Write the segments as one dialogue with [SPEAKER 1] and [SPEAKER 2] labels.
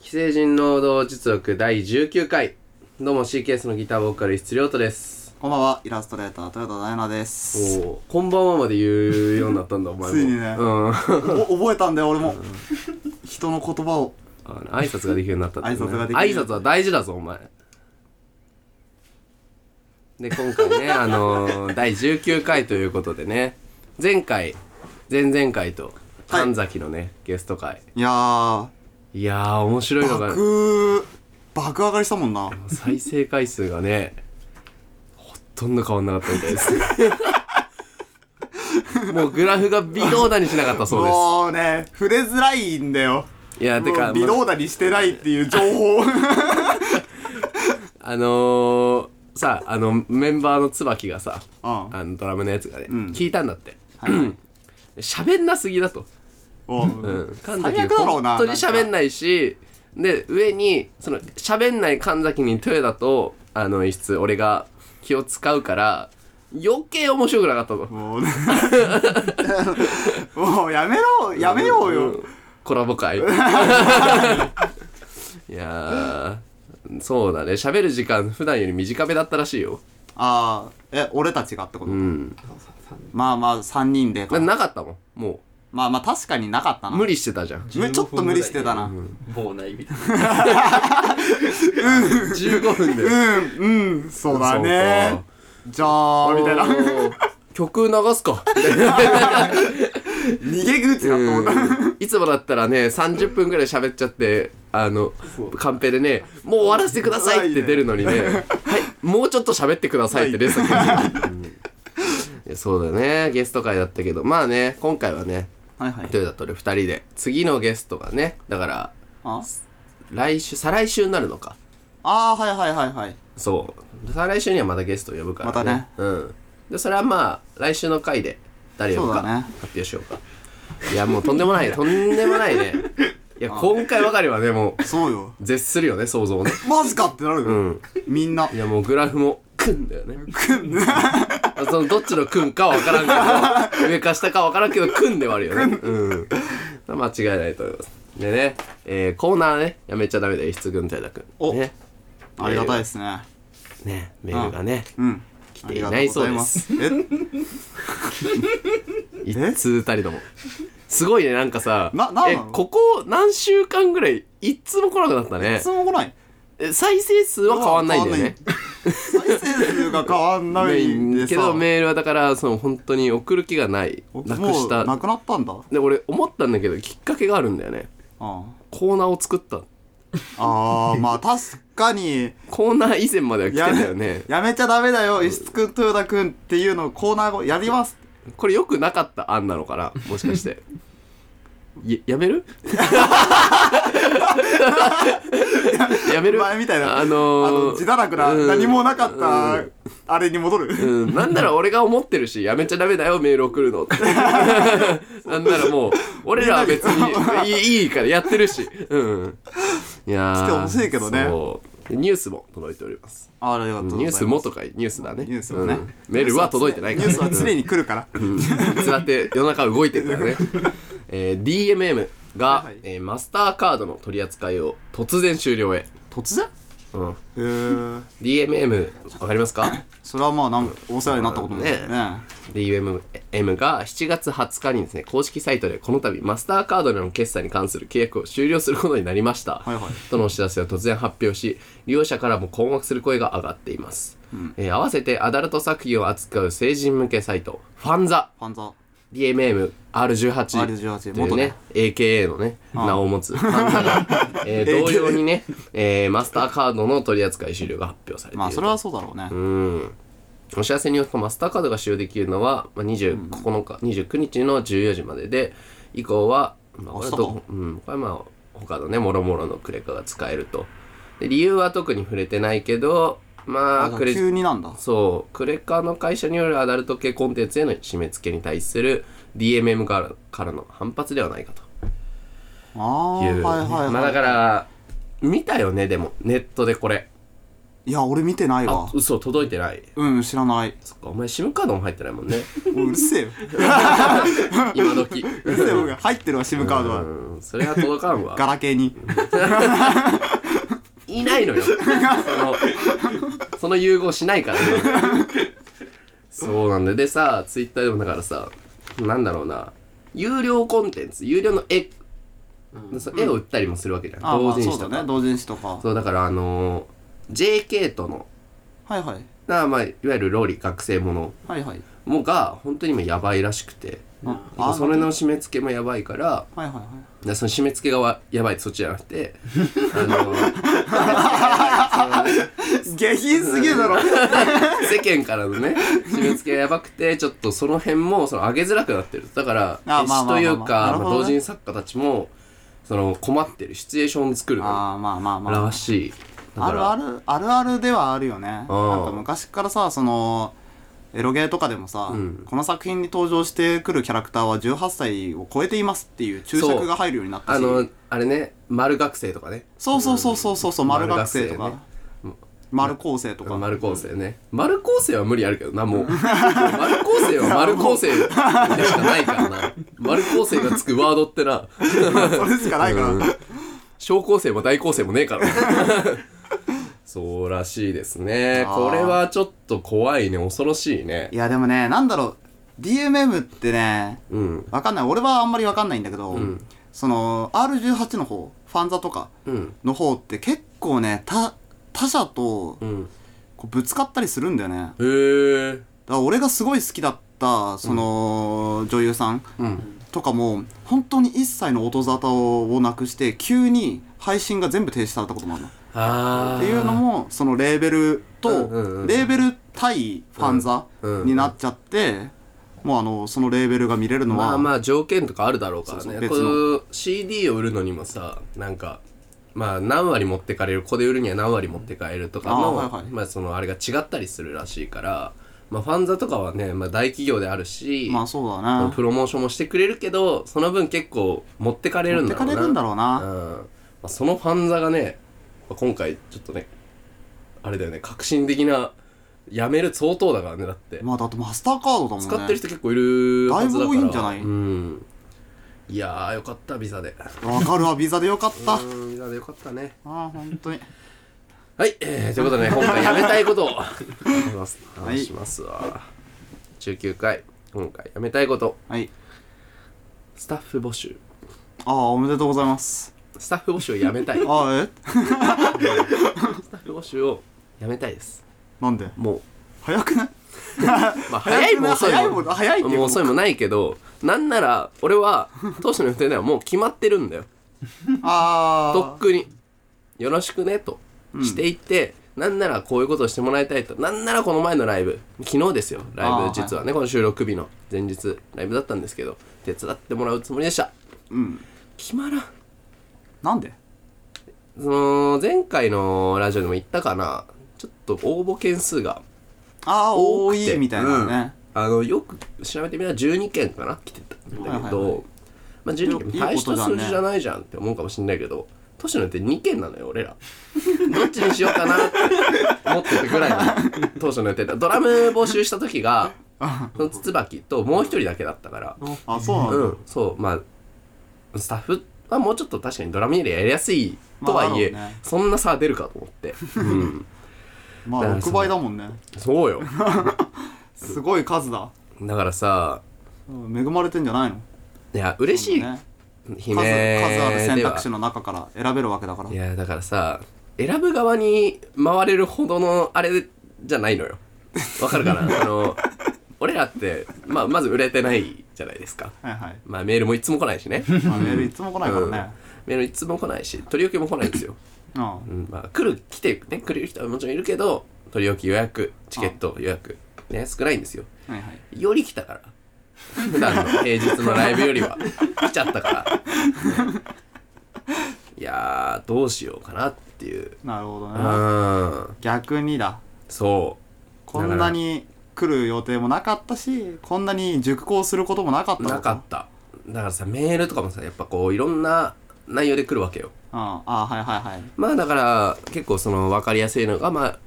[SPEAKER 1] 成人労働実力第19回。どうも CKS のギターボーカル、質良とです。
[SPEAKER 2] こんばんは、イラストレーター、豊田大奈です。
[SPEAKER 1] おお、こんばんはまで言うようになったんだ、お前も。
[SPEAKER 2] ついにね
[SPEAKER 1] うん。あ
[SPEAKER 2] お覚えたんだよ、俺も。人の言葉を。
[SPEAKER 1] の挨拶ができるようになったってね
[SPEAKER 2] 挨拶ができるようになった
[SPEAKER 1] 挨拶は大事だぞ、お前。で、今回 ね、あのー、第19回ということでね、前回、前々回と、
[SPEAKER 2] はい
[SPEAKER 1] 神崎のね、ゲスト会。
[SPEAKER 2] いやー、
[SPEAKER 1] いやー、面白いのが、
[SPEAKER 2] 爆、爆上がりしたもんな。
[SPEAKER 1] 再生回数がね、ほとんど変わんなかったみたい です。もうグラフが微動だにしなかったそうで
[SPEAKER 2] もうね、触れづらいんだよ。
[SPEAKER 1] す。いや、て
[SPEAKER 2] も
[SPEAKER 1] か、
[SPEAKER 2] う微
[SPEAKER 1] ま
[SPEAKER 2] 動だにしてないっていう情報。
[SPEAKER 1] あのー、さ、あの、メンバーの椿がさ、
[SPEAKER 2] うん。
[SPEAKER 1] あの、ドラムのやつがね、
[SPEAKER 2] ん
[SPEAKER 1] 聞いたんだって。
[SPEAKER 2] はい
[SPEAKER 1] 喋んなすぎだと。
[SPEAKER 2] お
[SPEAKER 1] うん。神
[SPEAKER 2] 最
[SPEAKER 1] 崎
[SPEAKER 2] 悪だろうな
[SPEAKER 1] 本当に喋んないし、で、上に、その、喋んない神崎に豊だと、あの、一室、俺が気を使うから、余計面白くなかったと。
[SPEAKER 2] もうね もうやめろ、やめようよ。
[SPEAKER 1] んコラボ 会いやーそうだね喋る時間普段より短めだったらしいよ
[SPEAKER 2] あー、え、俺たちがってこと
[SPEAKER 1] うん
[SPEAKER 2] まあまあ、3人でか。
[SPEAKER 1] ななかったもんも
[SPEAKER 2] まあまあ、確かになかった
[SPEAKER 1] う
[SPEAKER 2] な。
[SPEAKER 1] 無理してたじゃん
[SPEAKER 2] むちょっと無理してたな。
[SPEAKER 3] もうないみたいな。
[SPEAKER 1] 15分で
[SPEAKER 2] うん、うん、そうだね。じゃあ、みたいな。
[SPEAKER 1] おー曲流すか
[SPEAKER 2] 逃げ口だと思った。
[SPEAKER 1] うんいつもだったらね30分ぐらい喋っちゃってあのカンペでね「もう終わらせてください」って出るのにね「はいもうちょっと喋ってください」って連鎖いやそうだねゲスト会だったけどまあね今回はね
[SPEAKER 2] はいはい。
[SPEAKER 1] トヨタと俺2人で次のゲストがねだから
[SPEAKER 2] あ
[SPEAKER 1] 来週再来週になるのか
[SPEAKER 2] あー、はいはいはいはい。
[SPEAKER 1] そう再来週にはまたゲストを呼ぶから
[SPEAKER 2] またね
[SPEAKER 1] うんでそれはまあ来週の回で誰呼ぶ
[SPEAKER 2] そ
[SPEAKER 1] か、
[SPEAKER 2] うだね
[SPEAKER 1] 発表しようかいやもうとんでもないとんでもないね いや今回ばかりはねもう
[SPEAKER 2] そうよ。
[SPEAKER 1] 絶するよね想像ね
[SPEAKER 2] マジかってなるよ。
[SPEAKER 1] うん
[SPEAKER 2] みんな。
[SPEAKER 1] いやもうグラフも「くん」だよね あそのどっちの「くん」かは分からんけど上か下か分からんけど「くん」ではあるよねうん間違いないと思いますでね、えーコーナーねやめちゃダメだよ質軍隊だくん
[SPEAKER 2] お
[SPEAKER 1] ね
[SPEAKER 2] ありがたいですね。
[SPEAKER 1] ねメールがね
[SPEAKER 2] うん。
[SPEAKER 1] 来ていないそうです
[SPEAKER 2] ありがとうござい ます。
[SPEAKER 1] 一通たりともすごいねなんかさ
[SPEAKER 2] ななん
[SPEAKER 1] え
[SPEAKER 2] なの
[SPEAKER 1] ここ何週間ぐらい一通も来なくなった
[SPEAKER 2] え、
[SPEAKER 1] ね
[SPEAKER 2] 質問来ない。
[SPEAKER 1] え再生数は変わんないんだよね
[SPEAKER 2] 変わんない。再生数が変わんないんでさ。
[SPEAKER 1] けどメールはだからその本当に送る気がない
[SPEAKER 2] お
[SPEAKER 1] なくし
[SPEAKER 2] も
[SPEAKER 1] た
[SPEAKER 2] うなくなったんだ。
[SPEAKER 1] で俺思ったんだけどきっかけがあるんだよね
[SPEAKER 2] あ
[SPEAKER 1] コーナーを作った
[SPEAKER 2] あー、まあ確かに。
[SPEAKER 1] コーナー以前までは来て
[SPEAKER 2] や
[SPEAKER 1] た
[SPEAKER 2] め
[SPEAKER 1] よね
[SPEAKER 2] やめちゃダメだよ、石津くん、豊田くんっていうのをコーナー後やります。
[SPEAKER 1] これ良くなかった案なのかなもしかしてややめ るやめる
[SPEAKER 2] 前みたいな
[SPEAKER 1] あ
[SPEAKER 2] あ
[SPEAKER 1] のー
[SPEAKER 2] の、自堕落な、
[SPEAKER 1] うん
[SPEAKER 2] 何もなかった、あれに戻る。
[SPEAKER 1] うん、なんなら俺が思ってるし、やめちゃダメだよ、メール送るの って。なんならもう、俺らは別にいいいいからやってるし。うん。いやー。
[SPEAKER 2] 来てほしいけどね
[SPEAKER 1] そうでニュースも届いております。
[SPEAKER 2] ありがとうございます。
[SPEAKER 1] ニュースもとかいニュースだね。
[SPEAKER 2] ニュースもね
[SPEAKER 1] うんメールは届いてないから、
[SPEAKER 2] ニュースは常に来るから。
[SPEAKER 1] うんそうやって世の中動いてるから ね。えー、DMM が、
[SPEAKER 2] はい
[SPEAKER 1] えーマスターカードの取り扱いを突然終了へ。
[SPEAKER 2] 突然
[SPEAKER 1] うん、
[SPEAKER 2] へー
[SPEAKER 1] DMM、わかりますか
[SPEAKER 2] それはまあなんかお世話になったことだよね
[SPEAKER 1] DMM が7月20日にですね、公式サイトでこの度マスターカードでの決済に関する契約を終了することになりました。
[SPEAKER 2] はいはい
[SPEAKER 1] とのお知らせを突然発表し、利用者からも困惑する声が上がっています。えー合わせてアダルト作品を扱う成人向けサイト、ファンザ、
[SPEAKER 2] ファンザ
[SPEAKER 1] DMM R18
[SPEAKER 2] R18
[SPEAKER 1] という
[SPEAKER 2] 元
[SPEAKER 1] ね
[SPEAKER 2] ね
[SPEAKER 1] AKA のね名を持 つファンザが、えー
[SPEAKER 2] AKA
[SPEAKER 1] 同様にね、えーマスターカードの取り扱い終了が発表されていると。
[SPEAKER 2] まあそれはそうだろうね
[SPEAKER 1] うん。お知らせによると、マスターカードが使用できるのは、まあ、29日、29日の14時までで、以降は、まあ、これはど
[SPEAKER 2] 明日
[SPEAKER 1] ううん、これはまあ、他のね、もろもろのクレカが使えると。で、理由は特に触れてないけど、ま
[SPEAKER 2] あ
[SPEAKER 1] あ、クレジ
[SPEAKER 2] 急になんだ
[SPEAKER 1] そう、クレカの会社によるアダルト系コンテンツへの締め付けに対する DMM からからの反発ではないかと
[SPEAKER 2] ああー
[SPEAKER 1] いう。
[SPEAKER 2] はいはいはい
[SPEAKER 1] まあだから、見たよね、でも、ネットでこれ。
[SPEAKER 2] いや俺見てないわ
[SPEAKER 1] あ嘘届いてない
[SPEAKER 2] うん知らない
[SPEAKER 1] そっかお前 SIM カードも入ってないもんね
[SPEAKER 2] もうう るせえよ
[SPEAKER 1] 今時
[SPEAKER 2] うるせえよ僕入ってるわ SIM カードは
[SPEAKER 1] うんそれは届かんわ
[SPEAKER 2] ガラケーに
[SPEAKER 1] いないのよ そのその融合しないからねそうなんだよでさツイッターでもだからさなんだろうな有料コンテンツ有料の絵、その絵を売ったりもするわけじゃん、
[SPEAKER 2] あま
[SPEAKER 1] 同
[SPEAKER 2] あ
[SPEAKER 1] 人誌
[SPEAKER 2] そう
[SPEAKER 1] と
[SPEAKER 2] だ
[SPEAKER 1] か
[SPEAKER 2] ね同人誌とか
[SPEAKER 1] そうだからあのー JK との
[SPEAKER 2] はいはい
[SPEAKER 1] なまあ、いわゆるローリ学生もの
[SPEAKER 2] はいはい
[SPEAKER 1] もが本当に今やばいらしくて
[SPEAKER 2] あ
[SPEAKER 1] それの締め付けもやばいから
[SPEAKER 2] はいはいはい
[SPEAKER 1] でその締め付けがわやばいってそっちじゃなくてあ の
[SPEAKER 2] 下品すぎるだろ
[SPEAKER 1] 世間からのね締め付けがやばくてちょっとその辺もその上げづらくなってるだから
[SPEAKER 2] まあ
[SPEAKER 1] 絵師という
[SPEAKER 2] まあま
[SPEAKER 1] か
[SPEAKER 2] あまあ
[SPEAKER 1] まあ
[SPEAKER 2] なるほど
[SPEAKER 1] 同
[SPEAKER 2] ね
[SPEAKER 1] 人作家たちもその困ってるシチュエーションを作るの
[SPEAKER 2] ああまあまあまあ
[SPEAKER 1] らしいだ
[SPEAKER 2] あ
[SPEAKER 1] か
[SPEAKER 2] る
[SPEAKER 1] ら
[SPEAKER 2] あるあるあるではあるよねなんか昔からさそのエロゲーとかでもさ、
[SPEAKER 1] うん
[SPEAKER 2] この作品に登場してくるキャラクターは18歳を超えていますっていう注釈が入るようになった
[SPEAKER 1] あ
[SPEAKER 2] し
[SPEAKER 1] のあれね丸学生とかね
[SPEAKER 2] そうそうそうそうそうそう丸学生と
[SPEAKER 1] 丸
[SPEAKER 2] か
[SPEAKER 1] 学
[SPEAKER 2] 丸構成とか
[SPEAKER 1] 丸構成ね丸構成は無理あるけどなもう 丸構成は丸構成でしかないからな丸構成がつくワードってな
[SPEAKER 2] それしかないから、
[SPEAKER 1] うん小構成も大構成もねえから そうらしいですね
[SPEAKER 2] あー
[SPEAKER 1] これはちょっと怖いね恐ろしいね
[SPEAKER 2] いやでもねなんだろう DMM ってね
[SPEAKER 1] うん
[SPEAKER 2] わかんない俺はあんまりわかんないんだけど、
[SPEAKER 1] ん
[SPEAKER 2] その R18 の方ファンザとか
[SPEAKER 1] うん
[SPEAKER 2] の方って結構ね他他者と
[SPEAKER 1] うん
[SPEAKER 2] こうぶつかったりするんだよね
[SPEAKER 1] へえ
[SPEAKER 2] だから俺がすごい好きだったその、女優さん
[SPEAKER 1] うん
[SPEAKER 2] とかも本当に一切の音沙汰をなくして急に配信が全部停止されたこともあるのっ
[SPEAKER 1] ああ
[SPEAKER 2] ていうのもそのレーベルと、
[SPEAKER 1] うんうんうん
[SPEAKER 2] レーベル対ファンザ
[SPEAKER 1] うんうん
[SPEAKER 2] になっちゃって、もうあのそのレーベルが見れるのは、
[SPEAKER 1] まあまあ条件とかあるだろうからね
[SPEAKER 2] そうそう別
[SPEAKER 1] こう
[SPEAKER 2] の
[SPEAKER 1] いう CD を売るのにもさなんかまあ何割持ってかれるここで売るには何割持って帰るとかの
[SPEAKER 2] あーはいはい
[SPEAKER 1] まあそのあれが違ったりするらしいからまあファンザとかはね、まあ、大企業であるし、
[SPEAKER 2] まあそうだ
[SPEAKER 1] その
[SPEAKER 2] な
[SPEAKER 1] プロモーションもしてくれるけどその分結構持ってかれる
[SPEAKER 2] 持
[SPEAKER 1] ん
[SPEAKER 2] っ
[SPEAKER 1] だ
[SPEAKER 2] て
[SPEAKER 1] ろ
[SPEAKER 2] か
[SPEAKER 1] うな
[SPEAKER 2] れるんだろうな、
[SPEAKER 1] うんまあ、そのファンザがねまあ今回ちょっとねあれだよね革新的なやめる相当だからねだって
[SPEAKER 2] まあだってマスターカードだもんね
[SPEAKER 1] 使ってる人結構いるはずだから
[SPEAKER 2] だいぶ多いんじゃない
[SPEAKER 1] うんいやーよかったビザで
[SPEAKER 2] わかるわビザでよかった、
[SPEAKER 1] う
[SPEAKER 2] あ
[SPEAKER 1] んビザでよかったね
[SPEAKER 2] あ本当に
[SPEAKER 1] はい、えー、ということでね今回やめたいことを話しますわ、19回今回やめたいこと
[SPEAKER 2] はい
[SPEAKER 1] スタッフ募集
[SPEAKER 2] ああおめでとうございます
[SPEAKER 1] スタッフ募集をやめたい
[SPEAKER 2] ああえ
[SPEAKER 1] スタッフ募集をやめたいです
[SPEAKER 2] なんで
[SPEAKER 1] もう
[SPEAKER 2] 早くない
[SPEAKER 1] まあ早いも遅い
[SPEAKER 2] 早い
[SPEAKER 1] も
[SPEAKER 2] も早いっていう
[SPEAKER 1] もう遅いもないけどなんなら俺は当初の予定ではもう決まってるんだよ
[SPEAKER 2] ああ
[SPEAKER 1] とっくに「よろしくね」としていって、なんならこういうことをしてもらいたいとなんならこの前のライブ昨日ですよライ
[SPEAKER 2] あ
[SPEAKER 1] ブ
[SPEAKER 2] ー
[SPEAKER 1] 実はね、この収録日の前日ライブだったんですけど手伝ってもらうつもりでした
[SPEAKER 2] うん
[SPEAKER 1] 決まらん
[SPEAKER 2] なんで
[SPEAKER 1] その前回のラジオでも言ったかなちょっと応募件数が
[SPEAKER 2] ああ
[SPEAKER 1] 多
[SPEAKER 2] 多
[SPEAKER 1] くて
[SPEAKER 2] いみたいなね、
[SPEAKER 1] あのよく調べてみたら12件かな来てたんだけど、
[SPEAKER 2] はいはいは
[SPEAKER 1] まあ、12件
[SPEAKER 2] よい
[SPEAKER 1] 大
[SPEAKER 2] い
[SPEAKER 1] し
[SPEAKER 2] こと
[SPEAKER 1] た
[SPEAKER 2] だね
[SPEAKER 1] 数字じゃないじゃんって思うかもしんないけど都市のって2件なのよ俺ら どっちにしようかなって思ってたぐらいの当初の予定だドラム募集した時 がその椿ともう一人だけだったから
[SPEAKER 2] あそうなんだ、
[SPEAKER 1] うんそうまあスタッフはもうちょっと確かにドラムよりやりやすいとはいえ、
[SPEAKER 2] まあだろうね
[SPEAKER 1] そんな差は出るかと思って、うん、
[SPEAKER 2] ま
[SPEAKER 1] だか
[SPEAKER 2] あ
[SPEAKER 1] らその
[SPEAKER 2] 6倍だもんね
[SPEAKER 1] そうよ
[SPEAKER 2] すごい数だ
[SPEAKER 1] だからさ
[SPEAKER 2] うん恵まれてんじゃないの
[SPEAKER 1] いや嬉しい
[SPEAKER 2] ね
[SPEAKER 1] 悲
[SPEAKER 2] 数数
[SPEAKER 1] 鳴
[SPEAKER 2] ある選
[SPEAKER 1] では
[SPEAKER 2] 択肢の中から選べるわけだから
[SPEAKER 1] いやだからさ選ぶ側に回れるほどのあれじゃないのよわかるか なあの俺らって、まあ、まず売れてないじゃないですか、
[SPEAKER 2] はいはい
[SPEAKER 1] まあ、メールもいつも来ないしね
[SPEAKER 2] まあメールいつも来ないからね
[SPEAKER 1] メールいつも来ないし取り置きも来ないんですよ、
[SPEAKER 2] うん、
[SPEAKER 1] うんまあ、来る来てね来る人はもちろんいるけど取り置き予約チケット予約ね少ないんですよ
[SPEAKER 2] はいはい
[SPEAKER 1] より来たから普段の平日のライブよりは来ちゃったから、ねいやーどうしようかなっていう
[SPEAKER 2] なるほど
[SPEAKER 1] う
[SPEAKER 2] ね
[SPEAKER 1] ん
[SPEAKER 2] 逆にだ
[SPEAKER 1] そ
[SPEAKER 2] こんなに来る予定もなかったしこんなに熟考することもなかった
[SPEAKER 1] う
[SPEAKER 2] の
[SPEAKER 1] なかっただからさメールとかもさやっぱこういろんな内容で来るわけよ
[SPEAKER 2] うんあはいはいはい
[SPEAKER 1] まあだから結構その分かりやすいのがまあ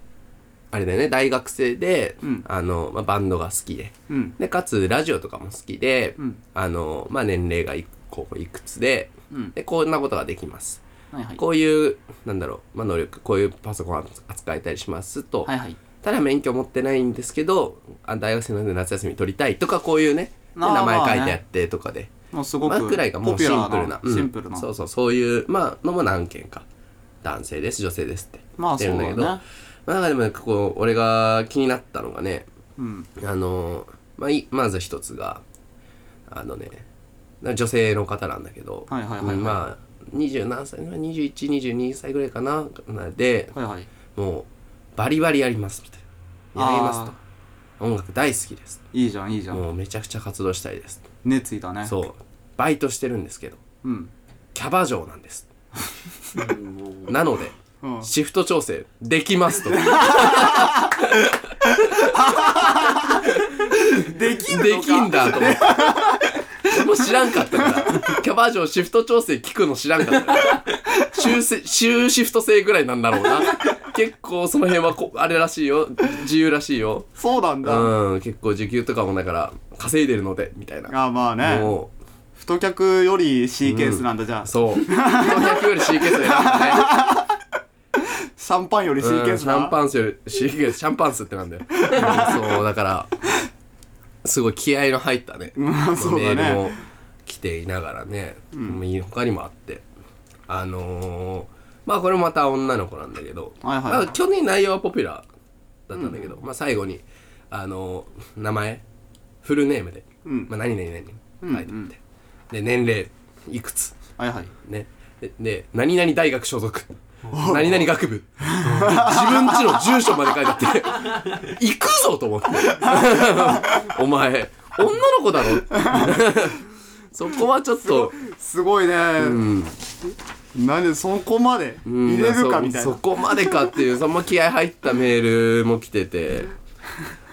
[SPEAKER 1] あれだよね大学生で、
[SPEAKER 2] うん
[SPEAKER 1] あのまあ、バンドが好きで
[SPEAKER 2] うん
[SPEAKER 1] でかつラジオとかも好きで、
[SPEAKER 2] うん
[SPEAKER 1] あのまあ、年齢がいこういくつで
[SPEAKER 2] うん
[SPEAKER 1] でこんなことができます
[SPEAKER 2] はいはい
[SPEAKER 1] こういうなんだろう、まあ、能力こういうパソコンを扱えたりしますと、
[SPEAKER 2] はいはい
[SPEAKER 1] ただ免許持ってないんですけどあ大学生なので夏休み取りたいとかこういうねで
[SPEAKER 2] あー
[SPEAKER 1] 名
[SPEAKER 2] まあね
[SPEAKER 1] 前書いてあってとかで、
[SPEAKER 2] もうすご
[SPEAKER 1] まあ、
[SPEAKER 2] く
[SPEAKER 1] くらいがも
[SPEAKER 2] ポ
[SPEAKER 1] う
[SPEAKER 2] ピ
[SPEAKER 1] シ
[SPEAKER 2] ュラ
[SPEAKER 1] ンプ
[SPEAKER 2] ー
[SPEAKER 1] ルな
[SPEAKER 2] な、
[SPEAKER 1] うん
[SPEAKER 2] シンプルな
[SPEAKER 1] そうそうそういう、まあのも何件か男性です女性ですって
[SPEAKER 2] まあそう
[SPEAKER 1] 出
[SPEAKER 2] だ
[SPEAKER 1] る
[SPEAKER 2] よ
[SPEAKER 1] んだけど
[SPEAKER 2] ね
[SPEAKER 1] まあなんかでもなんかこう俺が気になったのがね
[SPEAKER 2] うん
[SPEAKER 1] あのまあいまず一つがあのね女性の方なんだけど、
[SPEAKER 2] はいはいはいはい
[SPEAKER 1] うんまあ20何歳2122歳ぐらいかなで
[SPEAKER 2] はいはい
[SPEAKER 1] もうバリバリやりますみたいなやります
[SPEAKER 2] あ
[SPEAKER 1] と音楽大好きです
[SPEAKER 2] いいじゃんいいじゃん
[SPEAKER 1] もうめちゃくちゃ活動したいです
[SPEAKER 2] 熱意だね
[SPEAKER 1] そうバイトしてるんですけど
[SPEAKER 2] うん
[SPEAKER 1] キャバ嬢なんですなので
[SPEAKER 2] うん
[SPEAKER 1] シフト調整できますと
[SPEAKER 2] できんの
[SPEAKER 1] できんだと思って俺も知らんかったからキャバ嬢シフト調整聞くの知らんかったから週せ週シフト制ぐらいなんだろうな結構その辺はこあれらしいよ自由らしいよ
[SPEAKER 2] そうなんだあ
[SPEAKER 1] うん結構時給とかもだから稼いでるのでみたいな
[SPEAKER 2] まあね
[SPEAKER 1] もう
[SPEAKER 2] 太客より C ケースなんだじゃあシ
[SPEAKER 1] そう400より C ケース選んだね
[SPEAKER 2] ャンパンより C ケ
[SPEAKER 1] う
[SPEAKER 2] ー
[SPEAKER 1] ん
[SPEAKER 2] ス
[SPEAKER 1] シ
[SPEAKER 2] だ
[SPEAKER 1] ャンパンスシーシャンパンスってなんだようんそうだからすごい気合いの入ったね
[SPEAKER 2] まあそうだ
[SPEAKER 1] メール
[SPEAKER 2] ね
[SPEAKER 1] も来ていながらね、もう他にもあってあのー、まあこれまた女の子なんだけど、
[SPEAKER 2] はいはい
[SPEAKER 1] まあ、去年内容はポピュラーだったんだけど、まあ最後にあのー名前フルネームで、
[SPEAKER 2] うん
[SPEAKER 1] まあ、何々何
[SPEAKER 2] うん
[SPEAKER 1] 々書いてあって、で年齢いくつ
[SPEAKER 2] はいはい
[SPEAKER 1] ねでで何々大学所属何々学部自分家の住所まで書いてあって行くぞと思って お前女の子だろ そこはちょっと
[SPEAKER 2] すごいね
[SPEAKER 1] うん
[SPEAKER 2] なんでそこまで
[SPEAKER 1] うん
[SPEAKER 2] 入れるかみたい
[SPEAKER 1] そ
[SPEAKER 2] な
[SPEAKER 1] そこまでかっていうその気合入ったメールも来てて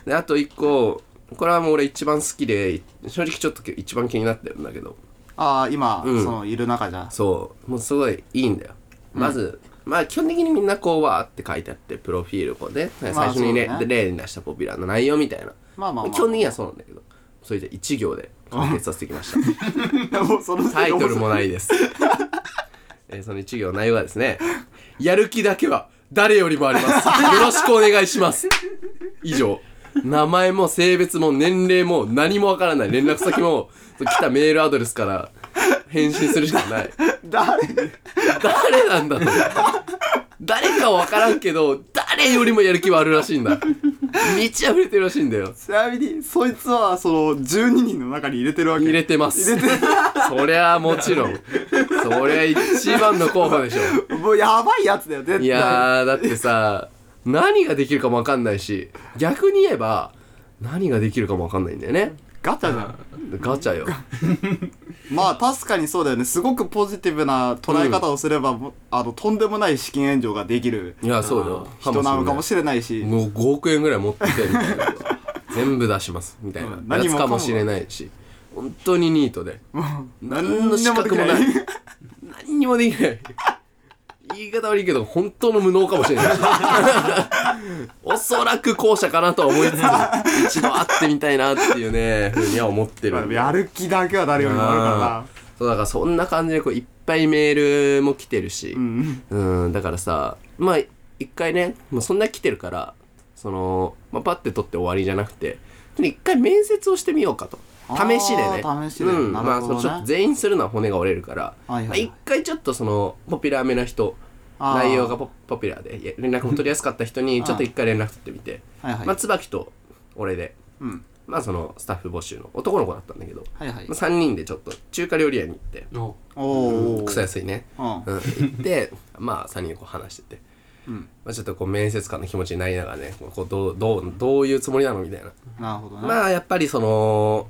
[SPEAKER 1] であと一個これはもう俺一番好きで正直ちょっと一番気になってるんだけど
[SPEAKER 2] ああ今そ
[SPEAKER 1] うん
[SPEAKER 2] のいる中じゃ
[SPEAKER 1] そうもうすごいいいんだよまず、まあ基本的にみんなこうわーって書いてあってプロフィールこうね最
[SPEAKER 2] あ
[SPEAKER 1] 初にね,、
[SPEAKER 2] そうね
[SPEAKER 1] 例に出したポピュラーの内容みたいな、
[SPEAKER 2] まあまあまあ
[SPEAKER 1] 基本的にはそうなんだけどそれじゃ1行で完結させてきました
[SPEAKER 2] もうその
[SPEAKER 1] タイトルもないです えーその1行の内容はですね「やる気だけは誰よりもあり ますよろしくお願いします」以上名前も性別も年齢も何もわからない連絡先も来たメールアドレスから返信するしかない
[SPEAKER 2] 誰
[SPEAKER 1] 誰なんだと誰かは分からんけど誰よりもやる気はあるらしいんだ満ち溢れてるらしいんだよ
[SPEAKER 2] ちなみにそいつはその12人の中に入れてるわけ
[SPEAKER 1] 入れてますそりゃもちろんそりゃ一番の候補でしょ
[SPEAKER 2] もうやばいやつだよ絶対
[SPEAKER 1] いやーだってさ何ができるかも分かんないし逆に言えば何ができるかも分かんないんだよね
[SPEAKER 2] ガチャじゃん
[SPEAKER 1] ガチャよ
[SPEAKER 2] まあ確かにそうだよねすごくポジティブな捉え方をすれば、もうあのとんでもない資金援助ができる
[SPEAKER 1] いやそうよ
[SPEAKER 2] 人なのかもしれないし、
[SPEAKER 1] もう5億円ぐらい持っててみたいな全部出しますみたい
[SPEAKER 2] うん
[SPEAKER 1] な
[SPEAKER 2] 何
[SPEAKER 1] や
[SPEAKER 2] も
[SPEAKER 1] つかもしれないし本当にニートで何の資格もない
[SPEAKER 2] 何でも
[SPEAKER 1] 何にもできない言い方悪いけど本当の無能かもしれないおそらく後者かなとは思いつつ一度会ってみたいなっていうねふうには思ってるんで
[SPEAKER 2] やる気だけは誰よりもあるか
[SPEAKER 1] そうだからそんな感じでこういっぱいメールも来てるし、
[SPEAKER 2] らなうん
[SPEAKER 1] うんだからさまあ一回ね、まあ、そんな来てるからその、まあ、パッて取って終わりじゃなくてとにかく一回面接をしてみようかと
[SPEAKER 2] あー
[SPEAKER 1] 試しでね
[SPEAKER 2] 試しで
[SPEAKER 1] うん
[SPEAKER 2] なる
[SPEAKER 1] まあ
[SPEAKER 2] ほ
[SPEAKER 1] そ
[SPEAKER 2] ど
[SPEAKER 1] の
[SPEAKER 2] ね
[SPEAKER 1] ちょっと全員するのは骨が折れるから、
[SPEAKER 2] はいはい
[SPEAKER 1] まあ、一回ちょっとそのポピュラーめな人
[SPEAKER 2] あー
[SPEAKER 1] 内容がポポピュラーでいや連絡も取りやすかった人にちょっと一回連絡取ってみて、
[SPEAKER 2] はいはい、
[SPEAKER 1] まあ、椿と俺で、
[SPEAKER 2] うん
[SPEAKER 1] まあ、そのスタッフ募集の男の子だったんだけど、
[SPEAKER 2] はいはい
[SPEAKER 1] まあ、3人でちょっと中華料理屋に行って
[SPEAKER 3] お
[SPEAKER 2] おお
[SPEAKER 1] 草安いね
[SPEAKER 2] うん
[SPEAKER 1] うん、行ってまあ3人でこう話してて、
[SPEAKER 2] うん
[SPEAKER 1] まあ、ちょっとこう面接官の気持ちになりながらねこうどうどうどういうつもりなのみたいな、
[SPEAKER 2] なるほどね、
[SPEAKER 1] まあやっぱりその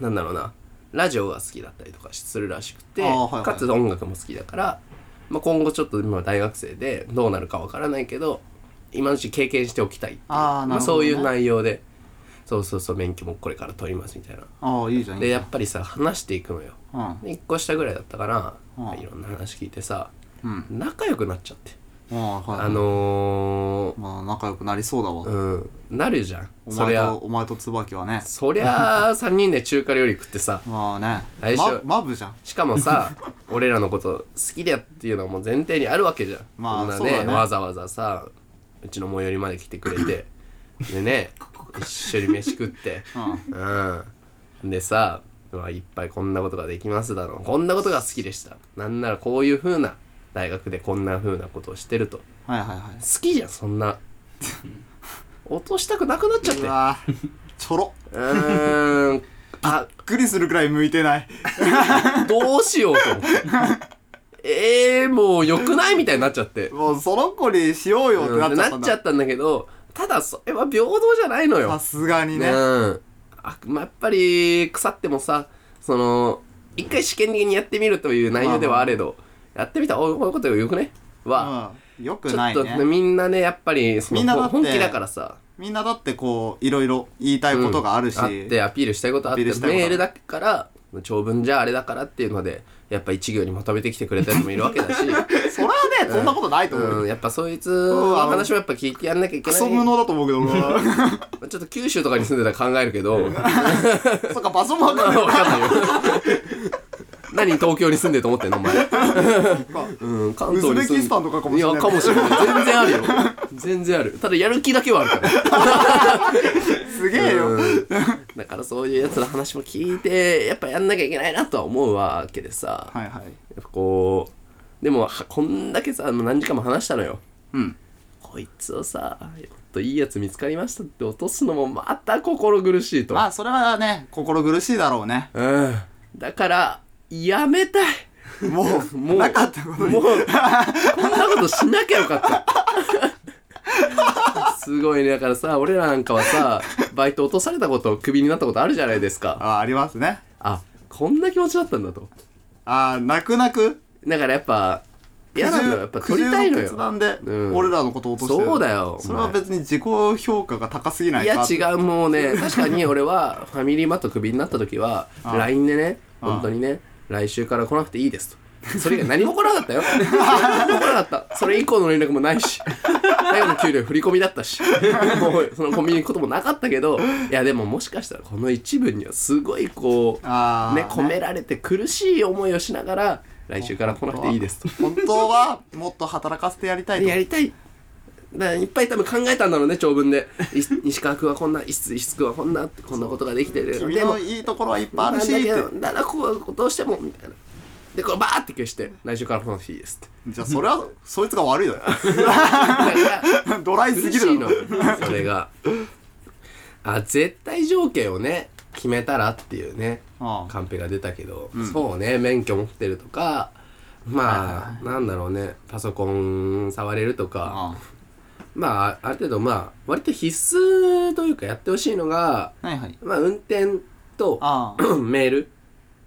[SPEAKER 1] なんだろうなラジオが好きだったりとかするらしくて、
[SPEAKER 2] あーはいはい
[SPEAKER 1] かつ音楽も好きだから、まあ、今後ちょっと今大学生でどうなるかわからないけど今のうち経験しておきたいっていう
[SPEAKER 2] あー
[SPEAKER 1] ま
[SPEAKER 2] なるほどね
[SPEAKER 1] あ、そういう内容でそうそうそう免許もこれから取りますみたいな
[SPEAKER 2] ああいいじゃんいい
[SPEAKER 1] で
[SPEAKER 2] じ
[SPEAKER 1] やっぱりさ話していくのよ
[SPEAKER 2] ゃん
[SPEAKER 1] 1個下ぐらいだったから、
[SPEAKER 2] うん
[SPEAKER 1] まあいろんな話聞いてさ
[SPEAKER 2] うんうん
[SPEAKER 1] 仲良くなっちゃって
[SPEAKER 2] あはい
[SPEAKER 1] あのー
[SPEAKER 2] まあ仲良くなりそうだわ、
[SPEAKER 1] うんなるじゃん
[SPEAKER 2] お
[SPEAKER 1] そり
[SPEAKER 2] 前
[SPEAKER 1] ゃ
[SPEAKER 2] とお前と椿はね
[SPEAKER 1] そりゃ3人 で中華料理食ってさ
[SPEAKER 2] まあ
[SPEAKER 1] あれで
[SPEAKER 2] ね
[SPEAKER 1] し
[SPEAKER 2] ま
[SPEAKER 1] ょ
[SPEAKER 2] マブじゃん
[SPEAKER 1] しかもさ 俺らのこと好きだっていうのはもう前提にあるわけじゃん、
[SPEAKER 2] まあ
[SPEAKER 1] こんな
[SPEAKER 2] そうだね
[SPEAKER 1] わざわざさうちの最寄りまで来てくれてで ね一緒に飯食ってうんでさうわいっぱいこんなことができますだろうこんなことが好きでしたなんならこういう風な大学でこんな風なことをしてると
[SPEAKER 2] はいはいはい
[SPEAKER 1] 好きじゃんそん な落としたくなくなっちゃって
[SPEAKER 2] うわーちょろ
[SPEAKER 1] うーんあ
[SPEAKER 2] びっくりするくらい向いてない
[SPEAKER 1] どうしようと思って。ええー、もう良くないみたいになっちゃって。
[SPEAKER 2] もうその子にしようよってなっちゃ
[SPEAKER 1] うん
[SPEAKER 2] った
[SPEAKER 1] んなっちゃ
[SPEAKER 2] だ
[SPEAKER 1] ったんだけど、ただそれは平等じゃないのよ
[SPEAKER 2] さ。すがにね
[SPEAKER 1] うん。あまあ、やっぱり、腐ってもさ、その、一回試験的にやってみるという内容ではあれど、やってみたら、おこういうことよくねは、
[SPEAKER 2] うん、よく
[SPEAKER 1] ちょ
[SPEAKER 2] な
[SPEAKER 1] っ
[SPEAKER 2] い
[SPEAKER 1] と、
[SPEAKER 2] ね
[SPEAKER 1] みんなね、やっぱり、その
[SPEAKER 2] みんなだって
[SPEAKER 1] 本気だからさ、
[SPEAKER 2] みんなだってこういろいろ言いたいことがあるし、
[SPEAKER 1] あってアピールしたいことあって
[SPEAKER 2] アピールしたいことある
[SPEAKER 1] メールだから長文じゃあれだからっていうのでやっぱ一行にまとめてきてくれた人もいるわけ だし、
[SPEAKER 2] それはねそんなことないと思うよ、
[SPEAKER 1] うん、やっぱそいつの話もやっぱ聞いてやんなきゃいけ
[SPEAKER 2] ク
[SPEAKER 1] ない
[SPEAKER 2] ソ無能だと思うけど俺は
[SPEAKER 1] ちょっと九州とかに住んでたら考えるけど ま
[SPEAKER 2] そっか場所も分か
[SPEAKER 1] あ
[SPEAKER 2] んない
[SPEAKER 1] わかんないよ 何東京に住んでると思ってんのお前、うん、関東に住んで
[SPEAKER 2] ウズベキスタンとかかもしれない
[SPEAKER 1] やかもしれない全然あるよ全然あるただやる気だけはあるから
[SPEAKER 2] すげえよ、
[SPEAKER 1] うんだからそういうやつの話も聞いてやっぱやんなきゃいけないなとは思うわけでさ、
[SPEAKER 2] はいはい
[SPEAKER 1] やっぱこうでもはこんだけさもう何時間も話したのよ
[SPEAKER 2] うん
[SPEAKER 1] こいつをさやっといいやつ見つかりましたって落とすのもまた心苦しいと
[SPEAKER 2] まあそれはね心苦しいだろうね
[SPEAKER 1] うんだからやめたい
[SPEAKER 2] もう
[SPEAKER 1] もう
[SPEAKER 2] なかったことに
[SPEAKER 1] もうこんなことしなきゃよかった すごいねだからさ俺らなんかはさバイト落とされたことクビになったことあるじゃないですか
[SPEAKER 2] あありますね
[SPEAKER 1] あこんな気持ちだったんだと
[SPEAKER 2] ああ泣く泣く
[SPEAKER 1] だからやっぱ嫌なんだよやっぱ取りたいの
[SPEAKER 2] 苦渋
[SPEAKER 1] よ
[SPEAKER 2] の決断で
[SPEAKER 1] うん
[SPEAKER 2] 俺らのことを落としてる
[SPEAKER 1] そうだよ
[SPEAKER 2] それは別に自己評価が高すぎない
[SPEAKER 1] いや
[SPEAKER 2] か
[SPEAKER 1] 違うもう ね確かに俺はファミリーマートクビになった時は LINE でね
[SPEAKER 2] ああ
[SPEAKER 1] 本当にね来週から来なくていいですとそれ以外何も来なか ったよ何も来なかったそれ以降の連絡もないし最後の給料振り込みだったしもうそのコンビニ行くこともなかったけどいやでももしかしたらこの一文にはすごいこう
[SPEAKER 2] ああ
[SPEAKER 1] ね込められて苦しい思いをしながら来週から来なくていいですと
[SPEAKER 2] 本当はもっと働かせてやりたいと
[SPEAKER 1] やりたいだからいっぱい多分考えたんだろうね長文でい 石川君はこんな石石君はこんなってこんなことができてる
[SPEAKER 2] 君
[SPEAKER 1] でも
[SPEAKER 2] のいいところはいっぱいあ
[SPEAKER 1] なん
[SPEAKER 2] る
[SPEAKER 1] だ
[SPEAKER 2] し
[SPEAKER 1] け
[SPEAKER 2] って
[SPEAKER 1] どだからこうどうしてもみたいなでこれバーって消して来週からこの日ですって
[SPEAKER 2] じゃあそれはそいつが悪 いだよ
[SPEAKER 1] だから
[SPEAKER 2] ドライ す
[SPEAKER 1] 苦
[SPEAKER 2] ぎ
[SPEAKER 1] しい
[SPEAKER 2] るだ
[SPEAKER 1] の
[SPEAKER 2] ろ
[SPEAKER 1] それがあ絶対条件をね決めたらっていうね
[SPEAKER 2] ああ
[SPEAKER 1] カンペが出たけど、そうね免許持ってるとかまあなんだろうねパソコン触れるとか
[SPEAKER 2] あ
[SPEAKER 1] まあ、ある程度、まあ、割と必須というかやってほしいのが、
[SPEAKER 2] あはいはい
[SPEAKER 1] まあ、運転と
[SPEAKER 2] あ
[SPEAKER 1] メール。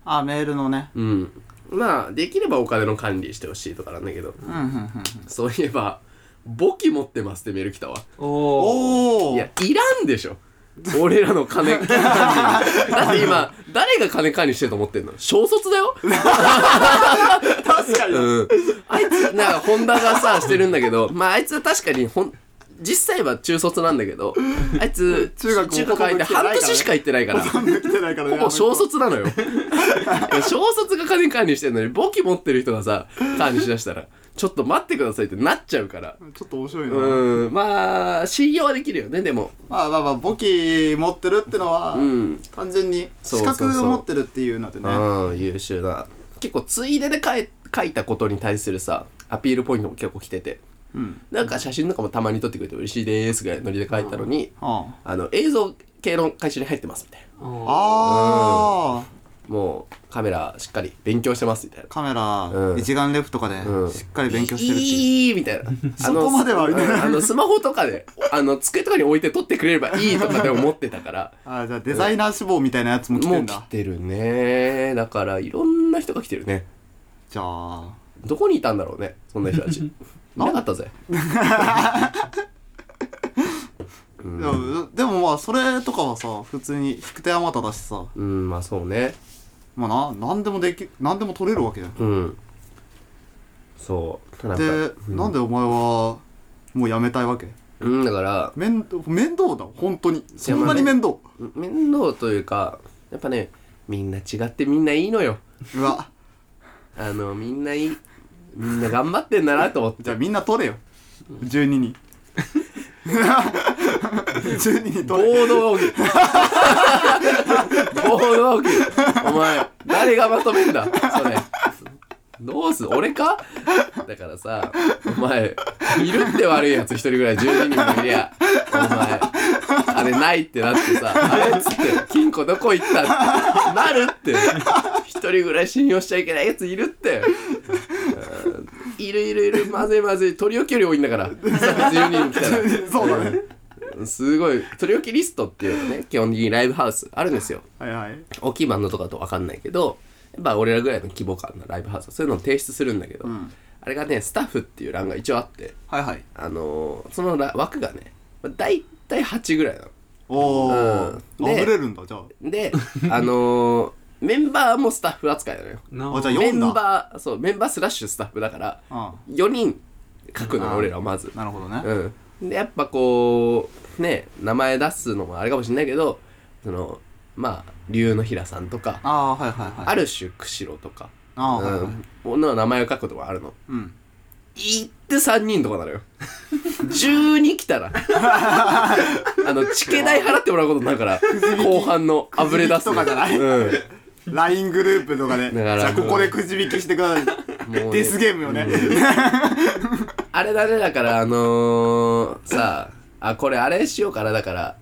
[SPEAKER 2] ああメールのね
[SPEAKER 1] うん。まあ、できればお金の管理してほしいとかなんだけど、
[SPEAKER 2] うんうんうんうん
[SPEAKER 1] そういえば、簿記持ってますってメール来たわ。
[SPEAKER 3] おお
[SPEAKER 2] おお
[SPEAKER 1] いや、いらんでしょ。俺らの金 管理。だって今、誰が金管理してると思ってんの小卒だよ
[SPEAKER 2] 確かに
[SPEAKER 1] うん。あいつ、なんか、ホンダがさ、してるんだけど、まあ、あいつは確かに、ほん、実際は中卒なんだけど、あいつ、
[SPEAKER 2] 中学も
[SPEAKER 1] 入って半年しか行ってないから、ほ
[SPEAKER 2] 来てないからね
[SPEAKER 1] ぼ小卒なのよ。いや小卒が金管理してんのに、簿記持ってる人がさ、管理しだしたら、ちょっと待ってくださいってなっちゃうから。
[SPEAKER 2] ちょっと面白いな、
[SPEAKER 1] うん、まあ、信用はできるよね、でも。
[SPEAKER 2] まあまあまあ簿記持ってるってのは、
[SPEAKER 1] うん。
[SPEAKER 2] 単純に
[SPEAKER 1] そう
[SPEAKER 2] 資
[SPEAKER 1] そうそう
[SPEAKER 2] 格を持ってるっていうのでね
[SPEAKER 1] うん、優秀だ。結構、ついでで書い書いたことに対するさ、アピールポイントも結構来てて。
[SPEAKER 2] うん
[SPEAKER 1] なんか写真とかもたまに撮ってくれて嬉しいですぐらいのノリで書いたのに、
[SPEAKER 2] あ
[SPEAKER 1] あの映像系の会社に入ってますみたいな
[SPEAKER 2] ああー
[SPEAKER 1] もうカメラしっかり勉強してますみたいな
[SPEAKER 2] カメラ、
[SPEAKER 1] うん
[SPEAKER 2] 一眼レフとかで
[SPEAKER 1] うん
[SPEAKER 2] しっかり勉強してるっていう、
[SPEAKER 1] いいみたいなあの
[SPEAKER 2] そこまでは
[SPEAKER 1] うんあのスマホとかであの机とかに置いて撮ってくれればいいとかで思ってたから
[SPEAKER 2] ああじゃあデザイナー志望みたいなやつも来て
[SPEAKER 1] も
[SPEAKER 2] ん
[SPEAKER 1] う来
[SPEAKER 2] だ
[SPEAKER 1] てるねだからいろんな人が来てるね
[SPEAKER 2] じゃあ
[SPEAKER 1] どこにいたんだろうねそんな人たち いなかったぜ
[SPEAKER 2] いやでもまあそれとかはさ普通に引く手あまただしさ
[SPEAKER 1] うんまあそうね
[SPEAKER 2] まあな何でもでき何でも取れるわけじゃん
[SPEAKER 1] うんそうなんか
[SPEAKER 2] で、なんでお前はもうやめたいわけ
[SPEAKER 1] うんだから
[SPEAKER 2] 面倒面倒だ本当にそんなに
[SPEAKER 1] いやまあ
[SPEAKER 2] 面倒
[SPEAKER 1] 面倒というかやっぱねみんな違ってみんないいのよ
[SPEAKER 2] うわ
[SPEAKER 1] あのみんないいみんな頑張ってんだなと思って
[SPEAKER 2] じゃあみんな取れよ12人 12人
[SPEAKER 1] 暴
[SPEAKER 2] 取れ
[SPEAKER 1] 動が起きる暴動が起きるお前誰がまとめんだそれどうす俺かだからさお前いるって悪いやつ一人ぐらい12人もいりゃお前あれないってなってさあれっつって金庫どこ行ったってなるって一人ぐらい信用しちゃいけないやついるってうんいるいるいるまずいまずい取り置きより多いんだから12人来たら。
[SPEAKER 2] そうだね
[SPEAKER 1] すごい取り置きリストっていうのね基本的にライブハウスあるんですよ
[SPEAKER 2] はいはい
[SPEAKER 1] 大きいバンドとかだと分かんないけどやっぱ俺らぐらいの規模感のライブハウスはそういうのを提出するんだけど、
[SPEAKER 2] ん
[SPEAKER 1] あれがねスタッフっていう欄が一応あって
[SPEAKER 2] はいはい
[SPEAKER 1] あのーそのら枠がねまあ大体8ぐらいな
[SPEAKER 2] おー
[SPEAKER 1] うん
[SPEAKER 2] あ
[SPEAKER 1] で
[SPEAKER 2] ぶれるんだじゃあ
[SPEAKER 1] の であのーメンバーもスタッフ扱いなのよ
[SPEAKER 3] な
[SPEAKER 2] あじゃあ
[SPEAKER 1] メ
[SPEAKER 2] 4
[SPEAKER 1] ン
[SPEAKER 2] だ
[SPEAKER 1] バーそうメンバースラッシュスタッフだから
[SPEAKER 2] あ
[SPEAKER 1] 4人書くのよ
[SPEAKER 2] うん
[SPEAKER 1] 俺らはまず
[SPEAKER 2] なるほどね
[SPEAKER 1] うん、でやっぱこうね名前出すのもあれかもしれないけどそのまあ龍の平さんとか
[SPEAKER 2] ああーはいはいはい
[SPEAKER 1] ある種釧路とか、
[SPEAKER 2] あーはいは
[SPEAKER 1] う
[SPEAKER 2] い
[SPEAKER 1] ん、女の名前を書くこともあるの
[SPEAKER 2] うん
[SPEAKER 1] 行って3人とかなのよ12来 たらあのチケ代払ってもらうことになるから後半のあぶれ出す
[SPEAKER 2] くじ引きとかじゃない
[SPEAKER 1] うん、も
[SPEAKER 2] LINE グループとかでじ
[SPEAKER 1] だから
[SPEAKER 2] ゃあここでくじ引きしてくださいう
[SPEAKER 1] ね
[SPEAKER 2] デスゲームよね
[SPEAKER 1] あれだね、だから、あのー、さあ、あ、これあれしようかな、だから、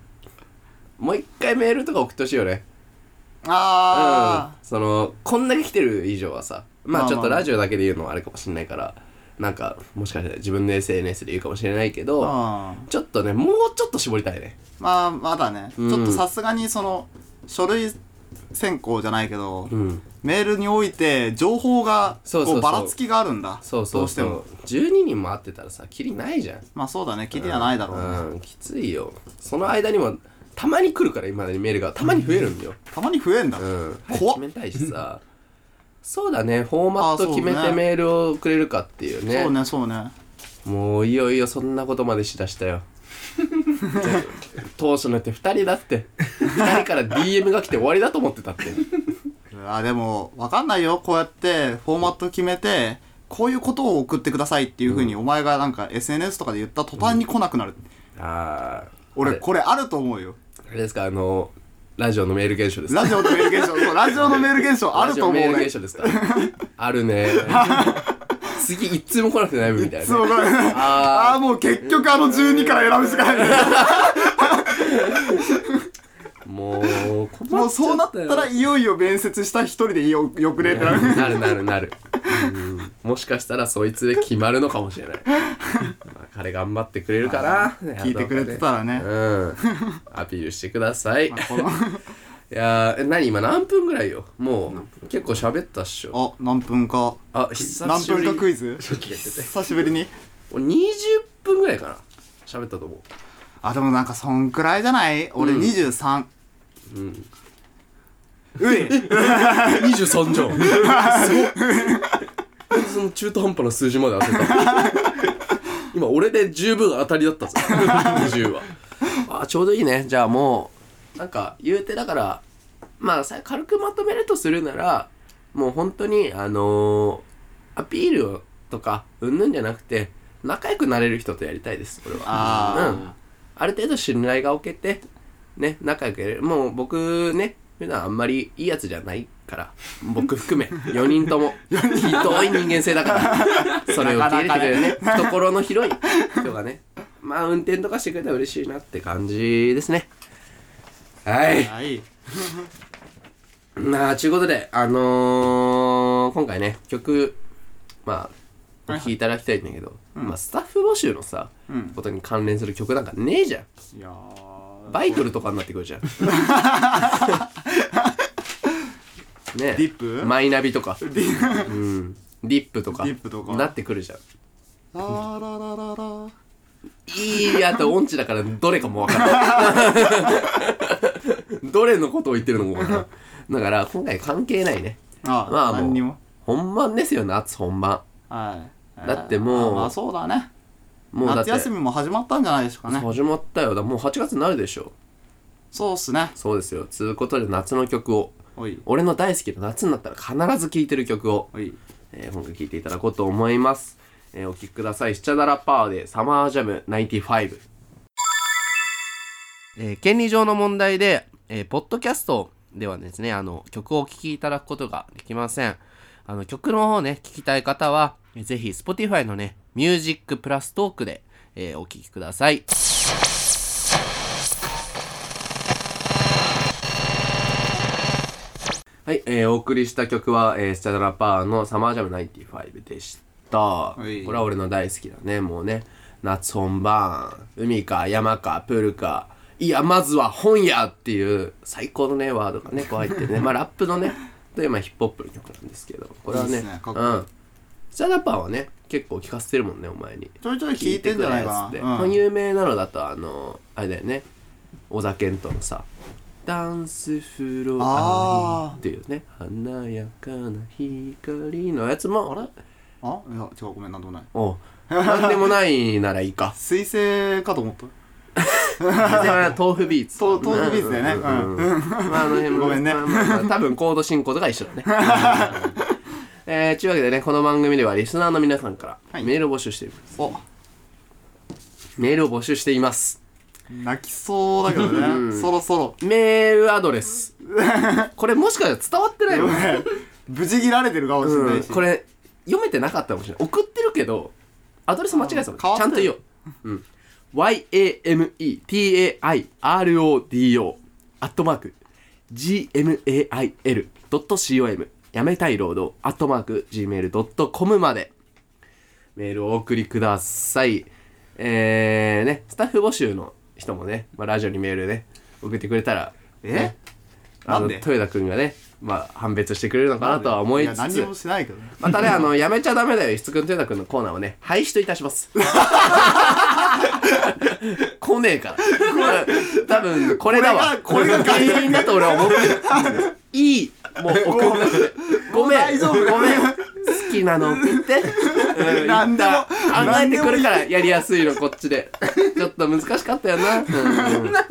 [SPEAKER 1] もう一回メールとか送ってほしいよね。
[SPEAKER 2] あ
[SPEAKER 1] うん。その、こんだけ来てる以上はさ、まあ
[SPEAKER 2] まあ
[SPEAKER 1] ちょっとラジオだけで言うのはあれかもしれないから、なんか、もしかしたら自分の SNS で言うかもしれないけ
[SPEAKER 2] ー
[SPEAKER 1] ど、
[SPEAKER 2] あー
[SPEAKER 1] ちょっとね、もうちょっと絞りたいね。
[SPEAKER 2] まあまだねち
[SPEAKER 1] うん
[SPEAKER 2] ょっとさすがにその書類選考じゃないけど
[SPEAKER 1] うん。
[SPEAKER 2] メールにおいて情報が
[SPEAKER 1] そうそうそ
[SPEAKER 2] こ
[SPEAKER 1] う
[SPEAKER 2] うばらつきがあるんだ
[SPEAKER 1] そうそうそう。
[SPEAKER 2] どうしても
[SPEAKER 1] 12人も会ってたらさ、キリないじゃん。
[SPEAKER 2] まあそうだね切りはないだろうね
[SPEAKER 1] うん、きついよ。その間にも、たまに来るから、今までにメールが。たまに増えるんだよ。
[SPEAKER 2] たまに増えんだ
[SPEAKER 1] うん、
[SPEAKER 2] 怖っ
[SPEAKER 1] 決めたいしさそうだねフォーマッ
[SPEAKER 2] あ
[SPEAKER 1] ト
[SPEAKER 2] そう
[SPEAKER 1] 決
[SPEAKER 2] ね
[SPEAKER 1] めてメールをくれるかっていうね
[SPEAKER 2] そうねそうね
[SPEAKER 1] もういよいよそんなことまでしだしたよ当初のって2人だって2人から DM が来て終わりだと思ってたって
[SPEAKER 2] あでもわかんないよこうやってフォーマット決めてこういうことを送ってくださいっていうふうにお前がなんか SNS とかで言った途端に来なくなる
[SPEAKER 1] あああ
[SPEAKER 2] 俺
[SPEAKER 1] れ
[SPEAKER 2] これあると思うよ
[SPEAKER 1] あれですかあのラジオのメール現象ですか
[SPEAKER 2] ラジオのメール現象そうラジオのメール現象あると思う
[SPEAKER 1] ラジオメール
[SPEAKER 2] ね
[SPEAKER 1] 現象ですかあるね次いつも来なくて悩むみたいなね、
[SPEAKER 2] そうこれ ああ
[SPEAKER 1] あ
[SPEAKER 2] もう結局あの12から選ぶしかない
[SPEAKER 1] あもう困っちゃったよ
[SPEAKER 2] もうそうなったらいよいよ面接した一人でよよくねってなる
[SPEAKER 1] なるなるなる、うんもしかしたらそいつで決まるのかもしれない、まあ彼頑張ってくれるかな
[SPEAKER 2] 聞いてくれてたらね
[SPEAKER 1] う、んアピールしてくださいい
[SPEAKER 2] まあこの
[SPEAKER 1] やーえ何今何分ぐらいよもう結構喋ったっしょ
[SPEAKER 2] あ何分か
[SPEAKER 1] あ久
[SPEAKER 2] 何
[SPEAKER 1] しぶ
[SPEAKER 2] 分
[SPEAKER 1] り
[SPEAKER 2] かクイズ久しぶりに
[SPEAKER 1] 俺20分ぐらいかな喋ったと思
[SPEAKER 2] あでもなんかそんくらいじゃない俺
[SPEAKER 1] うん
[SPEAKER 2] 23
[SPEAKER 1] う、うん、
[SPEAKER 2] うえ
[SPEAKER 1] 23じゃんすごっその中途半端な数字まで当てた今俺で十分当たりだったぞ20はあーちょうどいいねじゃあもうなんか言うてだからまあさ軽くまとめるとするならもう本当にあのーアピールをとかうんぬんじゃなくて仲良くなれる人とやりたいですこれは
[SPEAKER 2] あー
[SPEAKER 1] うん、ある程度信頼がおけてね仲良くやれるもう僕ね普段あんまりいいやつじゃないから僕含 め4人ともひどい人間性だ からそれを受け入れてくれるね懐の広い人がねまあ運転とかしてくれたら嬉しいなって感じですねはい
[SPEAKER 2] はい
[SPEAKER 1] なあちゅうことであのー、今回ね曲まあお聴きいただきたいんだけど、まあ、スタッフ募集のさ、
[SPEAKER 2] うん
[SPEAKER 1] ことに関連する曲なんかねえじゃん
[SPEAKER 2] いや
[SPEAKER 1] バイトルとかになってくる じゃん。ね
[SPEAKER 2] ディップ
[SPEAKER 1] マイナビとか、
[SPEAKER 2] ディ
[SPEAKER 1] うん、ディップとか
[SPEAKER 2] ディップとか
[SPEAKER 1] なってくるじゃん。
[SPEAKER 2] ラララララ
[SPEAKER 1] いいやと音痴だからどれかもわからない。 どれのことを言ってるのかもわからない。だから今回関係ないね。
[SPEAKER 2] あ
[SPEAKER 1] まあもう
[SPEAKER 2] 何にも
[SPEAKER 1] 本番ですよ夏本番。
[SPEAKER 2] はい
[SPEAKER 1] だってもう
[SPEAKER 2] まあそうだね
[SPEAKER 1] もうだって
[SPEAKER 2] 夏休みも始まったんじゃないですかね
[SPEAKER 1] 始まったよだもう8月になるでしょ
[SPEAKER 2] そうっすね
[SPEAKER 1] そうですよつうことで夏の曲を
[SPEAKER 2] おい
[SPEAKER 1] 俺の大好きな夏になったら必ず聴いてる曲を、
[SPEAKER 2] おい
[SPEAKER 1] えー今回聴いていただこうと思います、えーお聴きください「しちゃだらパワー」で「サマージャム95」えー権利上の問題で、えーポッドキャストではですね、あの、曲をお聴きいただくことができません。あの、曲の方ね、聴きたい方は、えーぜひ、Spotify のね、ミュージックプラストークで、えーお聴きください。はい、えーお送りした曲は、えー、スチャダラパーのサマージャム95でした。
[SPEAKER 2] い
[SPEAKER 1] これは俺の大好きだね、もうね。夏本番、海か山かプールか、いや、まずは本屋っていう最高のね、ワードがね、こう入ってる ね。まあ、ラップのね、という、まあ、ヒップホップの曲なんですけど、これはね、
[SPEAKER 2] いいっすねかっこ
[SPEAKER 1] う
[SPEAKER 2] いい
[SPEAKER 1] ん。スチャダラパーはね、結構聞かせてるもんね、お前に。
[SPEAKER 2] ちょいちょい聞いてんじゃないか
[SPEAKER 1] 聞いてくれやつ
[SPEAKER 2] な
[SPEAKER 1] って
[SPEAKER 2] うん
[SPEAKER 1] 有名なのだとあのあれだよね小田健人のさ「ダンスフロア
[SPEAKER 2] あー
[SPEAKER 1] っていうね華やかな光のやつもあれ
[SPEAKER 2] あいや違うごめんなんでもない
[SPEAKER 1] おうなんでもないならいい か
[SPEAKER 2] 水星かと思った
[SPEAKER 1] では豆腐ビーツ
[SPEAKER 2] と豆腐ビーツだよね
[SPEAKER 1] うんうんうんまああの辺も
[SPEAKER 2] ごめんね
[SPEAKER 1] まあまあ まあ多分コード進行とか一緒だね えー、というわけでねこの番組ではリスナーの皆さんか
[SPEAKER 2] は
[SPEAKER 1] ら
[SPEAKER 2] い
[SPEAKER 1] メールを募集しています、
[SPEAKER 2] お
[SPEAKER 1] メールを募集しています
[SPEAKER 2] 泣きそうだけどねそろそろ
[SPEAKER 1] メールアドレスこれもしかしたら伝わってないの
[SPEAKER 2] 無事切られてるかもしれな
[SPEAKER 1] う
[SPEAKER 2] い
[SPEAKER 1] ん、
[SPEAKER 2] し
[SPEAKER 1] これ読めてなかったかもしれない送ってるけどアドレス間違えてたのち
[SPEAKER 2] あー
[SPEAKER 1] ゃんと言おう、うん、YAMETAIRODO アットマーク GMAIL.com やめたい労働アットマーク Gmail.com までメールをお送りくださいえー、ねスタッフ募集の人もね、まあ、ラジオにメールね送ってくれたら
[SPEAKER 2] え
[SPEAKER 1] あ
[SPEAKER 2] な
[SPEAKER 1] の
[SPEAKER 2] んで
[SPEAKER 1] 豊田君がねまあ判別してくれるのかなとは思いつ
[SPEAKER 2] や何
[SPEAKER 1] つ
[SPEAKER 2] にもしないけどね
[SPEAKER 1] またね、あの、やめちゃダメだよ、石津くん、てなくんのコーナーをね、廃止といたします。来ねえから。多分、これだわ。
[SPEAKER 2] これがこれが
[SPEAKER 1] 原因だと俺は思ってる。いい。もう送んなくて。ごめん。
[SPEAKER 2] 大丈夫
[SPEAKER 1] ごめん。好きなの送って。うん、
[SPEAKER 2] 何でも
[SPEAKER 1] 言った考えてくるから、やりやすいの、こっちで。ちょっと難しかったよな。うん うん、あ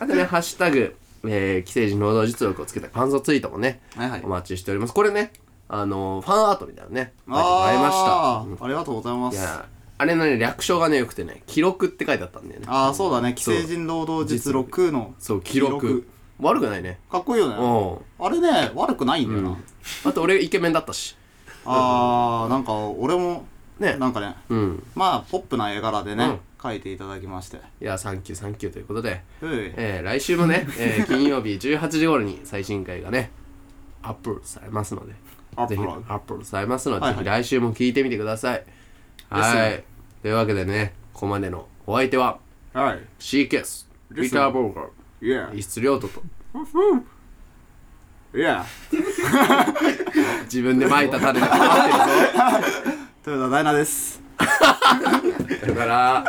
[SPEAKER 1] とね、ハッシュタグ、えー、既成人労働実力をつけた感想ツイートもね、
[SPEAKER 2] はいはい
[SPEAKER 1] お待ちしております。これね、あのファンアートみたいなのね、書いてもらいました。
[SPEAKER 2] ああありがとうございま
[SPEAKER 1] い
[SPEAKER 2] す
[SPEAKER 1] や、あれのね、略称がね、よくてね、記録って書いてあったんだよね。
[SPEAKER 2] ああそうだね既成人労働実録の
[SPEAKER 1] そう、記録。
[SPEAKER 2] 記録
[SPEAKER 1] 悪くないね。
[SPEAKER 2] かっこいいよ
[SPEAKER 1] う
[SPEAKER 2] ね
[SPEAKER 1] ん。
[SPEAKER 2] あれね悪くないんだよな
[SPEAKER 1] あと俺イケメンだったし。
[SPEAKER 2] あーなんか俺も
[SPEAKER 1] ね
[SPEAKER 2] なんかね
[SPEAKER 1] うん。
[SPEAKER 2] まあポップな絵柄で
[SPEAKER 1] うん
[SPEAKER 2] ね書いていただきまして
[SPEAKER 1] いや、サンキュー、サンキューということで、
[SPEAKER 2] ふう
[SPEAKER 1] えー、来週もね、え ー、金曜日18時頃に最新回がね、アップロードされますので、
[SPEAKER 2] アップ
[SPEAKER 1] ぜひ
[SPEAKER 2] ロ
[SPEAKER 1] ア
[SPEAKER 2] ード
[SPEAKER 1] ップロードされますので、
[SPEAKER 2] はい
[SPEAKER 1] ぜ
[SPEAKER 2] は
[SPEAKER 1] ひ
[SPEAKER 2] い
[SPEAKER 1] 来週も聞いてみてください。
[SPEAKER 2] ですね
[SPEAKER 1] はい。というわけでね、ここまでのお相手は、
[SPEAKER 2] はい
[SPEAKER 1] CKS、リター・ボーガー。
[SPEAKER 2] Yeah
[SPEAKER 1] 一両とと
[SPEAKER 2] Yeah
[SPEAKER 1] 自分で撒いた種が変わってるぞ
[SPEAKER 2] 豊田大奈です
[SPEAKER 1] だから